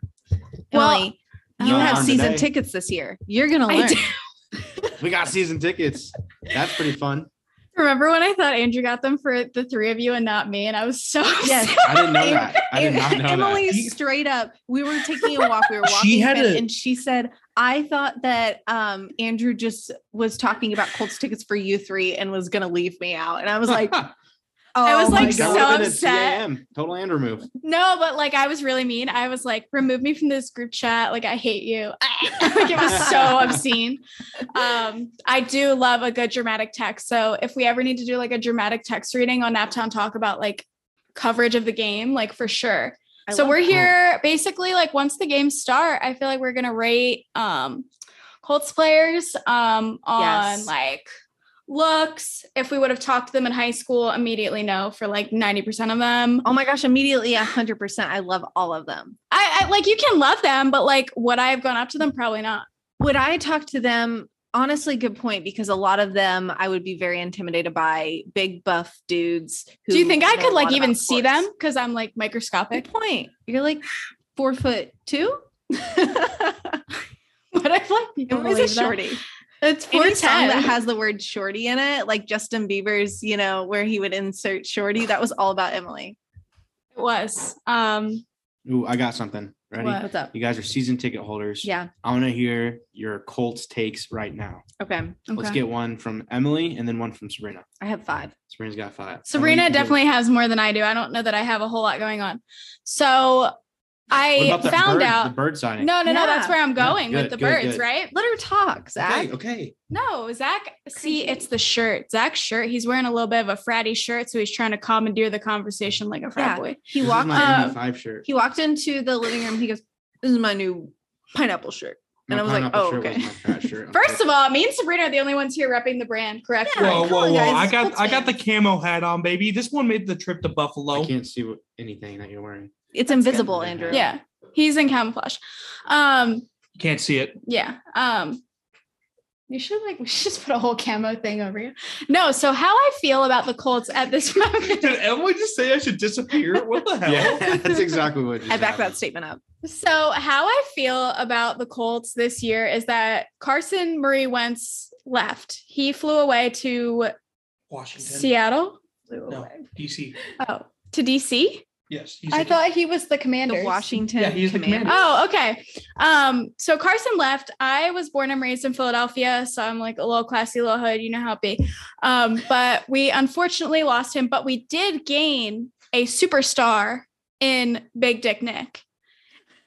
Speaker 5: Well,
Speaker 4: Emily, you
Speaker 1: Oh.
Speaker 4: have
Speaker 1: Learn
Speaker 4: season
Speaker 1: today.
Speaker 4: tickets this year. You're gonna
Speaker 5: I
Speaker 4: learn.
Speaker 5: do.
Speaker 1: We got season tickets. That's pretty fun.
Speaker 5: Remember when I thought Andrew got them for the three of you and not me, and I was so
Speaker 4: Yes.
Speaker 5: upset.
Speaker 1: I didn't know that. I did not know
Speaker 4: Emily
Speaker 2: that.
Speaker 4: straight up. We were taking a walk. We were
Speaker 2: She
Speaker 4: walking,
Speaker 2: had
Speaker 4: Finn,
Speaker 2: a-
Speaker 4: and she said, "I thought that um, Andrew just was talking about Colts tickets for you three and was gonna leave me out." And I was like, "Oh,
Speaker 5: I was
Speaker 4: my God.
Speaker 5: like, so
Speaker 1: would've been a
Speaker 5: upset.
Speaker 1: TAM. Total Andrew move.
Speaker 5: No, but like I was really mean. I was like, remove me from this group chat. Like I hate you. like it was so obscene. Um, I do love a good dramatic text. So if we ever need to do like a dramatic text reading on Naptown Talk about like coverage of the game, like for sure.
Speaker 4: I
Speaker 5: so
Speaker 4: love
Speaker 5: we're
Speaker 4: that.
Speaker 5: here basically like once the games start, I feel like we're gonna rate um Colts players um on
Speaker 4: Yes.
Speaker 5: like looks. If we would have talked to them in high school, immediately no for like 90% of them.
Speaker 4: Oh my gosh! Immediately, hundred percent. I love all of them.
Speaker 5: I, I like you can love them, but like would I have gone up to them? Probably not.
Speaker 4: would I talk to them? Honestly, good point because a lot of them I would be very intimidated by big buff dudes.
Speaker 5: Do you think I
Speaker 4: know
Speaker 5: could
Speaker 4: a
Speaker 5: like
Speaker 4: lot
Speaker 5: even
Speaker 4: about
Speaker 5: see
Speaker 4: sports.
Speaker 5: them? Because I'm like
Speaker 4: Good
Speaker 5: microscopic.
Speaker 4: point. You're like four foot two.
Speaker 5: What if like people
Speaker 4: Emily's a
Speaker 5: believe that?
Speaker 4: shorty.
Speaker 5: It's
Speaker 4: Any
Speaker 5: four
Speaker 4: song
Speaker 5: ten.
Speaker 4: that has the word shorty in it, like Justin Bieber's, you know, where he would insert shorty, that was all about Emily.
Speaker 5: it was. Um,
Speaker 1: Ooh, I got something. Ready?
Speaker 5: What?
Speaker 4: What's up?
Speaker 1: You guys are season ticket holders.
Speaker 4: Yeah.
Speaker 1: I want to hear your Colts takes right now.
Speaker 4: Okay.
Speaker 1: Let's
Speaker 5: okay.
Speaker 1: get one from Emily and then one from Sabrina.
Speaker 4: I have five.
Speaker 1: Sabrina's got five. Emily,
Speaker 5: Sabrina
Speaker 1: you can do it.
Speaker 5: definitely has more than I do. I don't know that I have a whole lot going on. So
Speaker 1: What
Speaker 5: I
Speaker 1: about that
Speaker 5: found
Speaker 1: bird- The
Speaker 5: out.
Speaker 1: bird signing.
Speaker 5: No, no,
Speaker 4: Yeah.
Speaker 5: no. That's where I'm
Speaker 1: Yeah,
Speaker 5: going
Speaker 1: good,
Speaker 5: with the
Speaker 1: good,
Speaker 5: birds,
Speaker 1: good.
Speaker 5: right?
Speaker 4: Let her talk, Zach.
Speaker 1: Okay. Okay.
Speaker 5: No, Zach. See, it's the shirt. Zach's shirt. He's wearing a little bit of a fratty shirt, so he's trying to commandeer the conversation like a frat
Speaker 4: Yeah.
Speaker 5: boy.
Speaker 4: He
Speaker 1: this
Speaker 4: walked
Speaker 1: is my
Speaker 5: up-
Speaker 1: Indy five shirt.
Speaker 4: he walked into the living room. He goes, This is my new pineapple shirt.
Speaker 1: My
Speaker 4: and I was like,
Speaker 1: pineapple
Speaker 4: oh,
Speaker 1: shirt was
Speaker 4: okay.
Speaker 1: my frat shirt.
Speaker 5: First of all, me and Sabrina are the only ones here repping the brand, correct?
Speaker 4: Yeah,
Speaker 2: whoa,
Speaker 4: come
Speaker 2: whoa,
Speaker 4: on,
Speaker 2: whoa!
Speaker 4: guys,
Speaker 2: I got
Speaker 4: Colts
Speaker 2: I got the
Speaker 4: fans.
Speaker 2: camo hat on, baby. This one made the trip to Buffalo.
Speaker 1: I can't see what, anything that you're wearing.
Speaker 4: It's
Speaker 5: That's good.
Speaker 4: invisible, Andrew.
Speaker 5: Yeah. He's in camouflage. Um,
Speaker 2: Can't see it.
Speaker 5: yeah. Um you should like we should just put a whole camo thing over you. No, so how I feel about the Colts at this moment.
Speaker 2: Did Emily just say I should disappear? What the hell?
Speaker 1: Yeah, that's exactly what. just
Speaker 4: I back that
Speaker 1: happened.
Speaker 4: statement up.
Speaker 5: So, how I feel about the Colts this year is that Carson Murray Wentz left. He flew away to
Speaker 2: Washington,
Speaker 5: Seattle.
Speaker 2: No. DC.
Speaker 5: Oh, to DC.
Speaker 2: Yes, he's
Speaker 5: I
Speaker 2: a-
Speaker 5: thought he was the commander.
Speaker 4: The Washington
Speaker 2: Yeah, he's the commander.
Speaker 4: Commanders.
Speaker 5: Oh, okay. Um, so Carson left. I was born and raised in Philadelphia, so I'm like a little classy, little hood, you know how it be. Um, but we unfortunately lost him, but we did gain a superstar in Big Dick Nick,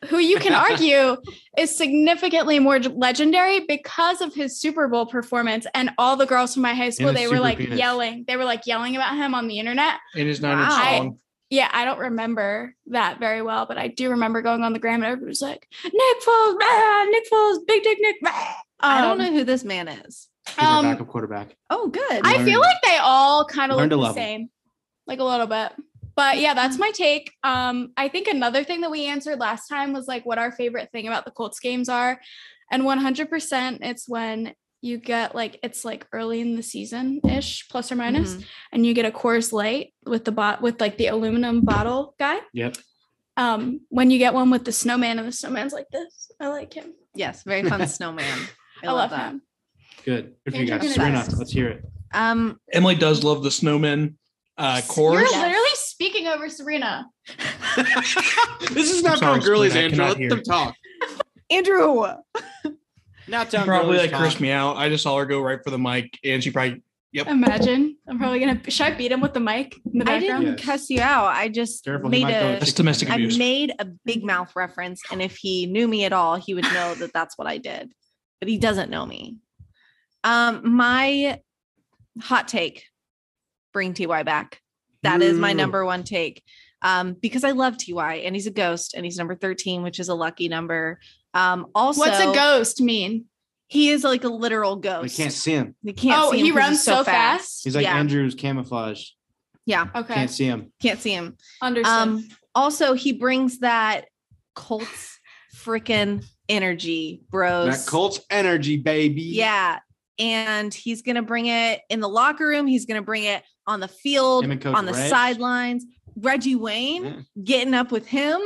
Speaker 5: who you can argue is significantly more legendary because of his Super Bowl performance. And all the girls from my high school,
Speaker 1: his
Speaker 5: they were
Speaker 1: super
Speaker 5: like
Speaker 1: penis.
Speaker 5: yelling, they were like yelling about him on the internet.
Speaker 2: and his nine inch
Speaker 4: Wow.
Speaker 2: song.
Speaker 5: Yeah, I don't remember that very well, but I do remember going on the gram and everybody was like, Nick Foles, rah, Nick Foles, Big Dick Nick. rah."
Speaker 4: I don't
Speaker 5: Um,
Speaker 4: know who this man is.
Speaker 1: He's our
Speaker 5: Um,
Speaker 1: backup quarterback.
Speaker 4: Oh, good.
Speaker 5: I feel like they all kind of
Speaker 1: Learn
Speaker 5: look
Speaker 1: to
Speaker 5: the
Speaker 1: love 'em.
Speaker 5: same, like a little bit. But yeah, that's my take. Um, I think another thing that we answered last time was like what our favorite thing about the Colts games are, and 100% it's when you get like it's like early in the season ish, plus or minus,
Speaker 4: Mhm.
Speaker 5: and you get a Coors Light with the bot with like the aluminum bottle guy.
Speaker 1: Yep.
Speaker 5: Um, when you get one with the snowman and the snowman's like this, I like him.
Speaker 4: Yes, very fun snowman. I,
Speaker 5: I,
Speaker 4: love,
Speaker 5: love,
Speaker 4: that.
Speaker 5: him.
Speaker 1: Good. Good for you
Speaker 5: Andrew
Speaker 1: guys.
Speaker 5: Jones.
Speaker 1: Serena, let's hear it.
Speaker 4: Um,
Speaker 2: Emily does love the snowman uh
Speaker 5: You're
Speaker 2: chorus.
Speaker 4: Yes.
Speaker 5: literally speaking over Serena.
Speaker 1: this is
Speaker 2: I'm
Speaker 1: not
Speaker 2: sorry,
Speaker 1: from girlies,
Speaker 2: Serena, I
Speaker 1: Andrew.
Speaker 2: cannot
Speaker 1: Let
Speaker 2: hear.
Speaker 1: them talk.
Speaker 4: Andrew.
Speaker 1: Not
Speaker 2: She
Speaker 1: down
Speaker 2: probably
Speaker 1: girlies
Speaker 2: like
Speaker 1: talk.
Speaker 2: cursed me out. I just saw her go right for the mic, and she probably
Speaker 5: Imagine. I'm probably gonna should I beat him with the mic in the
Speaker 4: I
Speaker 5: background?
Speaker 4: didn't
Speaker 1: Yes.
Speaker 4: cuss you out. I just
Speaker 1: Careful, he
Speaker 4: made
Speaker 1: might go
Speaker 4: a
Speaker 1: and
Speaker 2: That's
Speaker 1: kick
Speaker 2: domestic
Speaker 1: you in the
Speaker 4: I
Speaker 2: abuse.
Speaker 4: made a big mouth reference, and if he knew me at all, he would know that that's what I did. But he doesn't know me. Um, my hot take: bring Ty back. That is my
Speaker 1: Ooh.
Speaker 4: number one take. Um, because I love Ty, and he's a ghost, and he's number thirteen, which is a lucky number. Um, also,
Speaker 5: What's a ghost mean?
Speaker 4: He is like a literal
Speaker 1: I
Speaker 4: ghost.
Speaker 1: can't see him.
Speaker 4: They can't
Speaker 5: oh,
Speaker 4: see him
Speaker 5: he
Speaker 4: 'cause he's
Speaker 5: runs so fast.
Speaker 1: He's like
Speaker 4: Yeah.
Speaker 1: Andrew's camouflage.
Speaker 5: Okay.
Speaker 1: Can't see him.
Speaker 4: Can't see him.
Speaker 5: Understood.
Speaker 4: Um, also, he brings that Colts freaking energy, bros.
Speaker 1: That Colts energy, baby.
Speaker 4: Yeah. And he's going to bring it in the locker room. He's going to bring it on the field,
Speaker 1: Him and Coach
Speaker 4: on the
Speaker 1: Reg.
Speaker 4: sidelines. Reggie Wayne
Speaker 1: Yeah.
Speaker 4: getting up with him.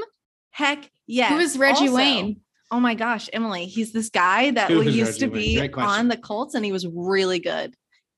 Speaker 4: Heck yes.
Speaker 5: Who is Reggie
Speaker 4: Also-
Speaker 5: Wayne?
Speaker 4: Oh my gosh, Emily. He's this guy that
Speaker 1: Who is
Speaker 4: used to
Speaker 1: Reggie Wayne?
Speaker 4: be
Speaker 1: Great question.
Speaker 4: on the Colts and he was really good.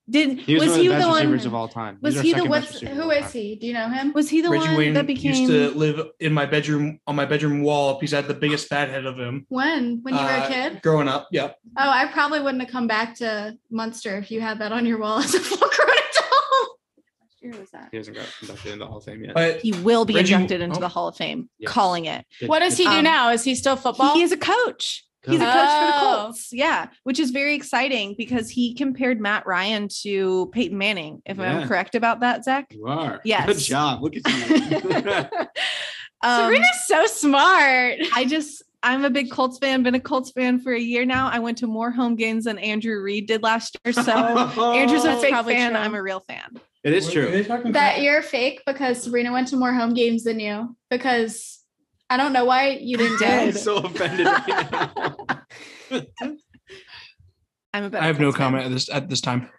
Speaker 4: Did
Speaker 1: He was,
Speaker 4: was,
Speaker 1: one of
Speaker 4: he
Speaker 1: the
Speaker 4: the,
Speaker 1: best
Speaker 4: one?
Speaker 1: receivers of all time. He's
Speaker 5: Was
Speaker 1: our
Speaker 5: he the
Speaker 1: second best
Speaker 5: what's
Speaker 1: receiver
Speaker 5: who
Speaker 1: of all
Speaker 5: is
Speaker 1: time.
Speaker 5: he? Do you know him?
Speaker 4: Was he the
Speaker 2: Reggie
Speaker 4: one
Speaker 2: Wayne
Speaker 4: that became?
Speaker 2: used to live in my bedroom on my bedroom wall. He's had the biggest fat head of him.
Speaker 5: When? When you were
Speaker 2: Uh,
Speaker 5: a kid?
Speaker 2: Growing up, yeah.
Speaker 5: Oh, I probably wouldn't have come back to Munster if you had that on your wall as a full grown adult. What year was that?
Speaker 1: He hasn't got inducted into the Hall of Fame yet.
Speaker 2: But
Speaker 4: He will be
Speaker 2: Reggie-
Speaker 4: inducted into
Speaker 2: oh.
Speaker 4: the Hall of Fame.
Speaker 1: Yes.
Speaker 4: Calling it.
Speaker 1: Good-
Speaker 5: What does he
Speaker 1: good-
Speaker 5: do
Speaker 4: Um,
Speaker 5: now? Is he still football?
Speaker 4: He is a coach. He's a coach for the
Speaker 5: Oh.
Speaker 4: Colts. Yeah, which is very exciting because he compared Matt Ryan to Peyton Manning, if
Speaker 1: Yeah.
Speaker 4: I'm correct about that, Zach.
Speaker 1: You are.
Speaker 4: Yes.
Speaker 1: Good job. Look at you.
Speaker 4: Um,
Speaker 5: Serena's so smart.
Speaker 4: I just, I'm a big Colts fan, been a Colts fan for a year now. I went to more home games than Andrew Reed did last year. So Andrew's a
Speaker 5: That's
Speaker 4: fake
Speaker 5: probably
Speaker 4: fan.
Speaker 5: true.
Speaker 4: I'm a real fan.
Speaker 1: it is
Speaker 2: Are
Speaker 1: true.
Speaker 2: they talking
Speaker 5: that
Speaker 2: crap?
Speaker 5: you're fake because Serena went to more home games than you because I don't know why you didn't do
Speaker 1: I'm
Speaker 5: it.
Speaker 1: so offended right now.
Speaker 4: I'm a better
Speaker 2: I have no
Speaker 4: Colts fan.
Speaker 2: comment at this at this time.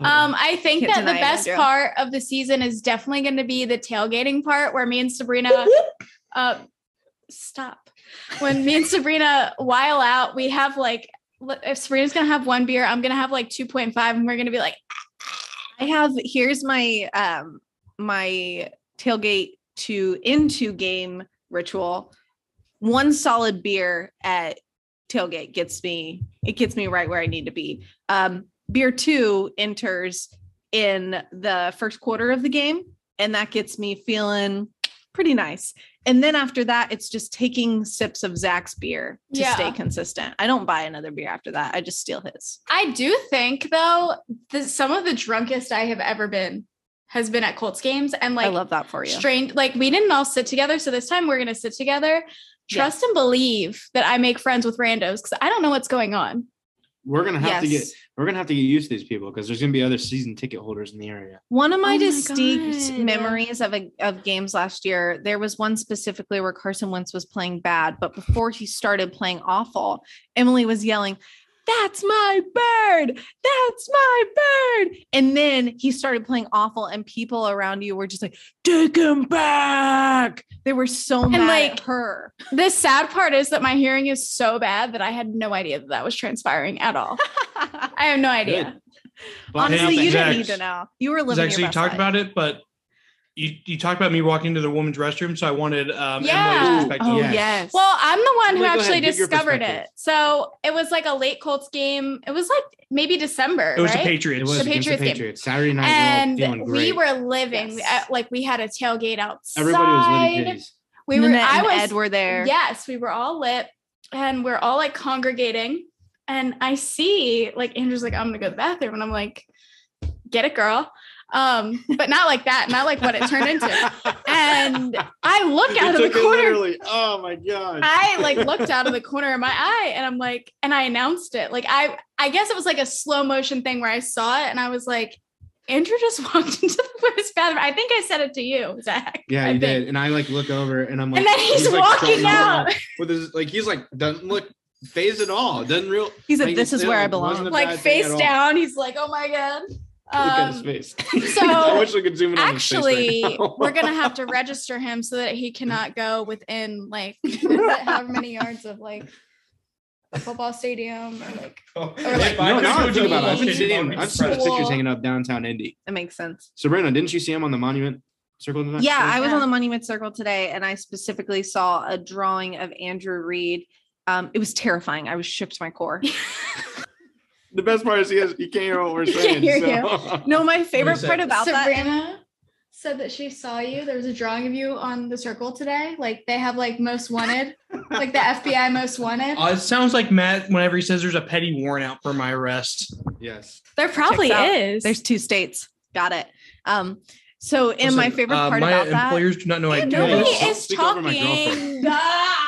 Speaker 5: Um, I think
Speaker 4: Can't
Speaker 5: that the
Speaker 4: deny it,
Speaker 5: best
Speaker 4: Andrew.
Speaker 5: part of the season is definitely going to be the tailgating part where me and Sabrina, uh, stop. When me and Sabrina while out, we have like, l- if Sabrina's going to have one beer, I'm going to have like 2.5 and we're going to be like,
Speaker 4: I have here's my um my tailgate to into game ritual. One solid beer at tailgate gets me it gets me right where I need to be. Um beer 2 enters in the first quarter of the game and that gets me feeling pretty nice. And then after that it's just taking sips of Zach's beer to
Speaker 5: Yeah.
Speaker 4: stay consistent. I don't buy another beer after that. I just steal his.
Speaker 5: I do think though, the, some of the drunkest I have ever been has been at Colts games. And
Speaker 4: I
Speaker 5: like,
Speaker 4: love that for you.
Speaker 5: strange like we didn't all sit together so this time we're gonna sit together trust and believe that i make friends with randos because i don't know what's going on
Speaker 1: We're gonna have
Speaker 4: yes.
Speaker 1: to get we're gonna have to get used to these people because there's gonna be other season ticket holders in the area.
Speaker 4: One of my
Speaker 5: Oh my
Speaker 4: distinct
Speaker 5: God.
Speaker 4: memories of a, of games last year, there was one specifically where Carson Wentz was playing bad, but before he started playing awful, Emily was yelling, "That's my bird! That's my bird!" And then he started playing awful, and people around you were just like, "Take him back!" They were so mad
Speaker 5: like,
Speaker 4: at her.
Speaker 5: the sad part is that my hearing is so bad that i had no idea that that was transpiring at all i have no idea
Speaker 1: But now
Speaker 4: Honestly, you
Speaker 1: that-
Speaker 4: didn't
Speaker 2: Zach-
Speaker 4: need to know. You were living
Speaker 2: Zach,
Speaker 4: your
Speaker 2: so you
Speaker 4: best
Speaker 2: talked
Speaker 4: life.
Speaker 2: about it, but you you talked about me walking into the woman's restroom, so I wanted um,
Speaker 5: Yeah.
Speaker 2: Emily's perspective.
Speaker 4: Oh
Speaker 1: Yes.
Speaker 4: yes.
Speaker 5: well i'm the one who
Speaker 1: Emily, go
Speaker 5: actually
Speaker 1: ahead, give your
Speaker 5: discovered
Speaker 1: perspective.
Speaker 5: it so it was like a late colts game it was like maybe december
Speaker 2: it was the
Speaker 5: right
Speaker 1: It
Speaker 2: Patriots.
Speaker 1: was
Speaker 5: The
Speaker 1: against the
Speaker 5: Patriots game.
Speaker 1: Patriots. Saturday night
Speaker 5: and
Speaker 1: we were all feeling
Speaker 5: we
Speaker 1: great.
Speaker 5: were living
Speaker 4: Yes.
Speaker 5: uh, like we had a tailgate outside
Speaker 1: Everybody was litty titties.
Speaker 5: we were
Speaker 4: Nanette
Speaker 5: i
Speaker 4: and
Speaker 5: was
Speaker 4: Ed were there.
Speaker 5: Yes, we were all lit and we're all like congregating. And I see like Andrew's like, I'm gonna go to the bathroom. And I'm like, get it, girl. Um, but not like that, not like what it turned into. And I look out
Speaker 1: You took
Speaker 5: of the
Speaker 1: it
Speaker 5: corner.
Speaker 1: literally. Oh my god.
Speaker 5: I like looked out of the corner of my eye and I'm like, and I announced it. Like I I guess it was like a slow motion thing where I saw it and I was like, Andrew just walked into the women's bathroom. I think I said it to you, Zach.
Speaker 1: yeah,
Speaker 5: I
Speaker 1: you
Speaker 5: think.
Speaker 1: did. And I like look over and I'm like,
Speaker 5: And then he's
Speaker 1: like,
Speaker 5: walking
Speaker 1: strolling
Speaker 5: out.
Speaker 1: around With his, like he's like doesn't look phased at all. Doesn't real
Speaker 4: He said,
Speaker 1: Like,
Speaker 4: "This is
Speaker 1: no,
Speaker 4: where I
Speaker 1: it wasn't
Speaker 4: belong."
Speaker 1: a-
Speaker 5: Like
Speaker 1: bad thing at
Speaker 5: face
Speaker 1: all.
Speaker 5: down. He's like, oh my God.
Speaker 1: look at his
Speaker 5: Um,
Speaker 1: face.
Speaker 5: so,
Speaker 1: I wish we could zoom in on his face right
Speaker 5: actually
Speaker 1: now.
Speaker 5: we're gonna have to register him so that he cannot go within like what is it, however many yards of like a football stadium or like like-
Speaker 2: If I
Speaker 1: no,
Speaker 2: could
Speaker 1: now
Speaker 2: go
Speaker 1: I
Speaker 2: to
Speaker 1: think
Speaker 2: the
Speaker 1: about it. I've
Speaker 2: Washington,
Speaker 1: been seeing,
Speaker 2: I'd
Speaker 1: I've
Speaker 2: be
Speaker 1: seen his
Speaker 2: surprised.
Speaker 1: pictures hanging up downtown Indy.
Speaker 4: That makes sense.
Speaker 1: Sabrina, didn't you see him on the monument circle tonight?
Speaker 4: Yeah, I was
Speaker 5: Yeah.
Speaker 4: on the Monument Circle today, and I specifically saw a drawing of Andrew Reed. Um, it was terrifying. I was shook to my core.
Speaker 1: the best part is he, has, he can't hear what we're
Speaker 5: He
Speaker 1: saying.
Speaker 5: can't hear
Speaker 1: so-
Speaker 4: No, my
Speaker 1: What
Speaker 4: favorite
Speaker 1: do you
Speaker 4: part
Speaker 1: say?
Speaker 4: about that.
Speaker 5: Sabrina said that she saw you. There was a drawing of you on the circle today. Like they have like most wanted, like the FBI most wanted.
Speaker 2: Uh, it sounds like Matt whenever he says there's a petty warrant out for my arrest.
Speaker 1: Yes.
Speaker 5: There probably
Speaker 4: Checks out.
Speaker 5: is.
Speaker 4: There's two states. Got it. Um, so and my
Speaker 2: Listen,
Speaker 4: favorite
Speaker 2: uh,
Speaker 4: part
Speaker 2: my
Speaker 4: about that.
Speaker 2: employers do not know I do
Speaker 5: Nobody
Speaker 1: Don't
Speaker 2: this.
Speaker 5: is
Speaker 1: speak over my
Speaker 5: talking.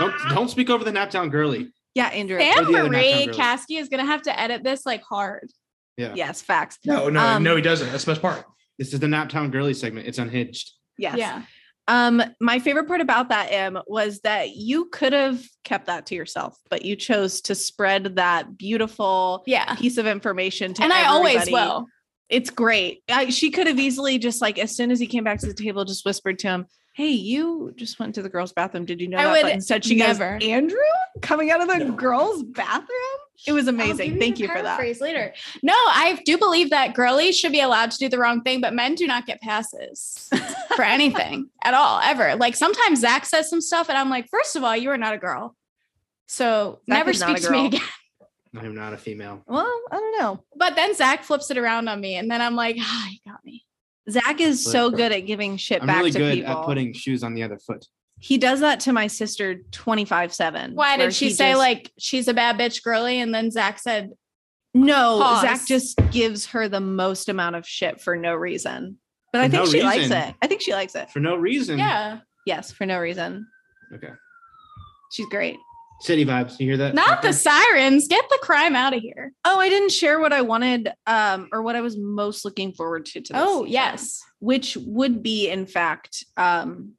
Speaker 1: Don't don't speak over the Naptown girly.
Speaker 4: Yeah, Andrew.
Speaker 5: Sam
Speaker 1: the other
Speaker 5: Marie
Speaker 1: Nocturnal.
Speaker 5: Caskey is gonna have to edit this like hard.
Speaker 4: Yes, facts.
Speaker 2: No, no,
Speaker 4: Um,
Speaker 2: no, he doesn't. That's the best part.
Speaker 1: This is the Naptown girly segment. It's unhinged.
Speaker 4: Yes.
Speaker 5: Yeah.
Speaker 4: Um, my favorite part about that, Em, was that you could have kept that to yourself, but you chose to spread that beautiful
Speaker 5: Yeah.
Speaker 4: piece of information to
Speaker 5: And I always
Speaker 4: everybody.
Speaker 5: will.
Speaker 4: It's great. I, she could have easily just like as soon as he came back to the table, just whispered to him, "Hey, you just went to the girls' bathroom. Did you know
Speaker 5: I
Speaker 4: that?"
Speaker 5: would
Speaker 4: but instead, she
Speaker 5: never.
Speaker 4: goes, "Andrew coming out of the girls' bathroom." It
Speaker 5: Oh,
Speaker 4: was amazing. Thank you for that.
Speaker 5: Phrase later. No, I do believe that girlies should be allowed to do the wrong thing, but men do not get passes for anything at all, ever. Like sometimes Zach says some stuff, and I'm like, first of all, you are not a girl, so
Speaker 4: Zach
Speaker 5: never
Speaker 4: is not a
Speaker 5: speak to me
Speaker 4: girl.
Speaker 5: again.
Speaker 1: I am not a female.
Speaker 4: Well, I don't know.
Speaker 5: But then Zach flips it around on me, and then I'm like, ah, you got me.
Speaker 4: Zach is
Speaker 1: But-
Speaker 4: so good at giving shit
Speaker 1: I'm
Speaker 4: back
Speaker 1: really
Speaker 4: to
Speaker 1: good
Speaker 4: people.
Speaker 1: at putting shoes on the other foot.
Speaker 4: he does that to my sister 25 7.
Speaker 5: Why did she say like she's a bad bitch, girly? And then Zach said,
Speaker 4: no?
Speaker 5: Pause.
Speaker 4: Zach just gives her the most amount of shit for no reason. But I
Speaker 1: For
Speaker 4: think
Speaker 1: no
Speaker 4: she likes
Speaker 1: reason?
Speaker 4: it. I think she likes it.
Speaker 1: For no reason.
Speaker 5: yeah,
Speaker 4: Yes, for no reason.
Speaker 1: Okay.
Speaker 4: She's great.
Speaker 1: City vibes. You hear that?
Speaker 5: not the sirens. Get the crime out of here.
Speaker 4: Oh, I didn't share what I wanted um, or what I was most looking forward to. to this
Speaker 5: Oh
Speaker 4: season,
Speaker 5: yes,
Speaker 4: Which would be, in fact, um,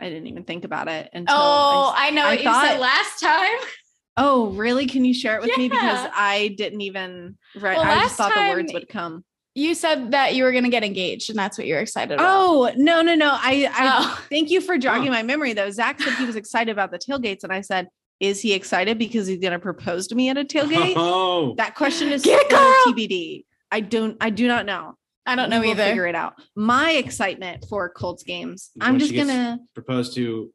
Speaker 4: I didn't even think about it until I
Speaker 5: Oh, I know
Speaker 4: I
Speaker 5: what you
Speaker 4: thought-
Speaker 5: said last time.
Speaker 4: Oh, really? Can you share it with me? Because
Speaker 5: Yeah.
Speaker 4: I didn't even right.
Speaker 5: Well,
Speaker 4: I
Speaker 5: last
Speaker 4: just thought the words
Speaker 5: time-
Speaker 4: would come.
Speaker 5: You said that you were going to get engaged, and that's what you're excited about.
Speaker 4: Oh no, no, no. I I
Speaker 5: Oh.
Speaker 4: thank you for jogging my memory though. Zach said he was excited about the tailgates, and I said, Is he excited because he's gonna propose to me at a tailgate?
Speaker 1: Oh.
Speaker 4: that question is
Speaker 5: Get it,
Speaker 4: still
Speaker 5: girl!
Speaker 4: TBD. I don't I do not know.
Speaker 5: I don't know
Speaker 4: We will
Speaker 5: either.
Speaker 4: Figure it out. My excitement for Colts games.
Speaker 1: When
Speaker 4: I'm
Speaker 1: she
Speaker 4: just
Speaker 1: gets
Speaker 4: gonna
Speaker 1: proposed to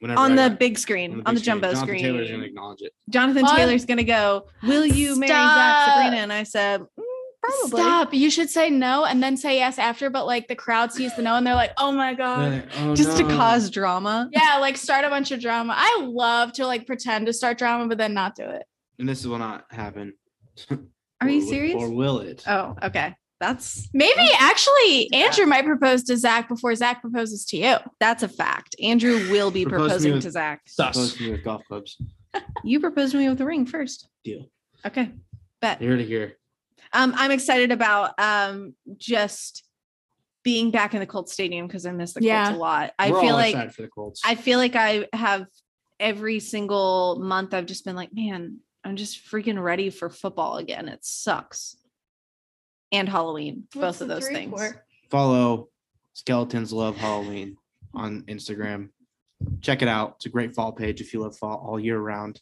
Speaker 1: whenever
Speaker 4: on
Speaker 1: I
Speaker 4: the
Speaker 1: got-
Speaker 4: big screen, on the,
Speaker 1: big screen.
Speaker 4: jumbo
Speaker 1: Jonathan
Speaker 4: screen.
Speaker 1: Taylor's gonna acknowledge it.
Speaker 4: Jonathan
Speaker 5: On-
Speaker 4: Taylor's gonna go, Will you marry Zach
Speaker 5: Stop.
Speaker 4: Sabrina? And I said, "Mm, Probably.
Speaker 5: Stop. You should say no and then say yes after, but like the crowd sees the no and they're like, oh my God.
Speaker 1: They're like, "Oh,
Speaker 4: Uh, just to
Speaker 1: no."
Speaker 4: cause drama.
Speaker 5: Yeah, like start a bunch of drama. I love to like pretend to start drama, but then not do it.
Speaker 1: And this will not happen.
Speaker 4: Are you
Speaker 1: Or-
Speaker 4: serious?
Speaker 1: Or will it?
Speaker 4: Oh, okay. That's
Speaker 5: Maybe actually Andrew might propose to Zach before Zach proposes to you.
Speaker 4: that's a fact. Andrew will be
Speaker 1: Propose me
Speaker 4: proposing
Speaker 1: with-
Speaker 4: to Zach.
Speaker 2: Sus.
Speaker 1: Proposed to me with golf clubs.
Speaker 4: You proposed to me with a ring first.
Speaker 1: Deal.
Speaker 4: Okay. Bet.
Speaker 1: Here to here.
Speaker 4: Um, I'm excited about um just being back in the Colts stadium because I miss the
Speaker 5: Yeah.
Speaker 4: Colts a lot. I
Speaker 1: We're
Speaker 4: feel
Speaker 1: all
Speaker 4: like
Speaker 1: excited for the Colts.
Speaker 4: I feel like I have every single month I've just been like, man, I'm just freaking ready for football again. It sucks. And Halloween, both of those things.
Speaker 1: follow Skeletons Love Halloween on Instagram. Check it out. It's a great fall page if you love fall all year round.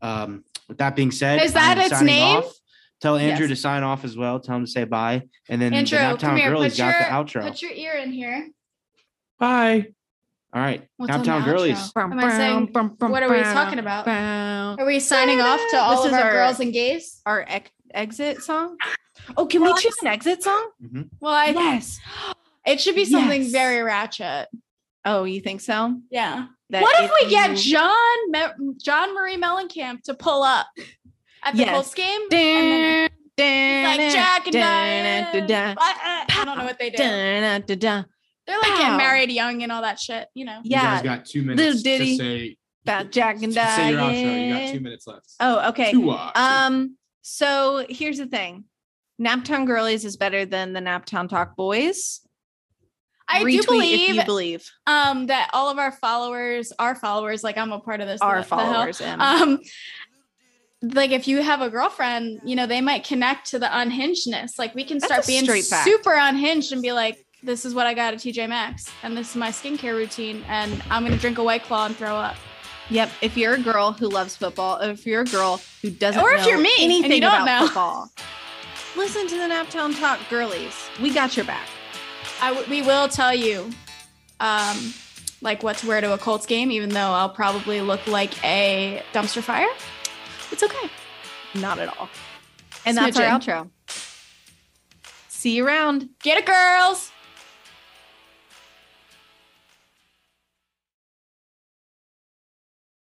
Speaker 1: Um, with that being said,
Speaker 5: Is that
Speaker 1: I'm
Speaker 5: its
Speaker 1: signing
Speaker 5: name?
Speaker 1: off. Tell Andrew
Speaker 4: Yes.
Speaker 1: to sign off as well. Tell him to say bye. And then
Speaker 5: Andrew,
Speaker 1: the
Speaker 5: come
Speaker 1: Naptown
Speaker 5: here.
Speaker 1: Girlie's
Speaker 5: Put your,
Speaker 1: got the outro.
Speaker 5: put your ear in here.
Speaker 2: Bye.
Speaker 1: all right.
Speaker 5: What's on the
Speaker 1: Naptown
Speaker 5: outro?
Speaker 1: Girlies.
Speaker 5: Am I saying, what are we talking about? Are we signing off to all
Speaker 4: This
Speaker 5: of
Speaker 4: is
Speaker 5: our,
Speaker 4: our-
Speaker 5: girls and gays?
Speaker 4: Our ex- exit song. Oh, can we choose an exit song?
Speaker 5: Well, I,
Speaker 4: Yes.
Speaker 5: it should be something
Speaker 4: Yes.
Speaker 5: very ratchet.
Speaker 4: Oh, you think so?
Speaker 5: Yeah.
Speaker 4: That
Speaker 5: what if we get
Speaker 4: you-
Speaker 5: John Me- John Marie Mellencamp to pull up at the
Speaker 4: Yes.
Speaker 5: Colts game?
Speaker 4: Dun,
Speaker 5: and then-
Speaker 4: dun,
Speaker 5: Like Jack and Diane.
Speaker 4: Dun-dun-dun-dun.
Speaker 5: I, I- I don't know what they do. They're
Speaker 4: Dun-dun-dun-dun.
Speaker 5: like getting
Speaker 4: Pow.
Speaker 5: married young and all that shit, you know.
Speaker 4: Yeah,
Speaker 7: You guys got two minutes
Speaker 4: Diddy.
Speaker 7: to say,
Speaker 4: about Jack
Speaker 7: to
Speaker 4: and
Speaker 7: say your outro. You got two
Speaker 4: Diane.
Speaker 7: minutes left.
Speaker 4: Oh, okay.
Speaker 7: Two uh,
Speaker 4: Um, so here's the thing. Naptown Girlies is better than the Naptown Talk Boys.
Speaker 5: I
Speaker 4: Retweet
Speaker 5: do believe
Speaker 4: if you believe
Speaker 5: um that all of our followers, our followers, like I'm a part of this.
Speaker 4: our
Speaker 5: the- the hell.
Speaker 4: followers. in.
Speaker 5: um like if you have a girlfriend you know they might connect to the unhingedness like we can
Speaker 4: That's
Speaker 5: start
Speaker 4: a
Speaker 5: being
Speaker 4: straight fact.
Speaker 5: super unhinged and be like this is what i got at tj maxx and this is my skincare routine and i'm gonna drink a white claw and throw up
Speaker 4: Yep. If you're a girl who loves football, or if you're a girl who doesn't,
Speaker 5: Or if
Speaker 4: know
Speaker 5: you're me and you
Speaker 4: anything
Speaker 5: don't
Speaker 4: about
Speaker 5: know.
Speaker 4: football, listen to the Naptown Talk Girlies. We got your back.
Speaker 5: i w- we will tell you um like what to wear to a colts game even though i'll probably look like a dumpster fire it's okay
Speaker 4: Not at all. And that's our outro.
Speaker 5: Smidgen.
Speaker 4: See you around.
Speaker 5: get it girls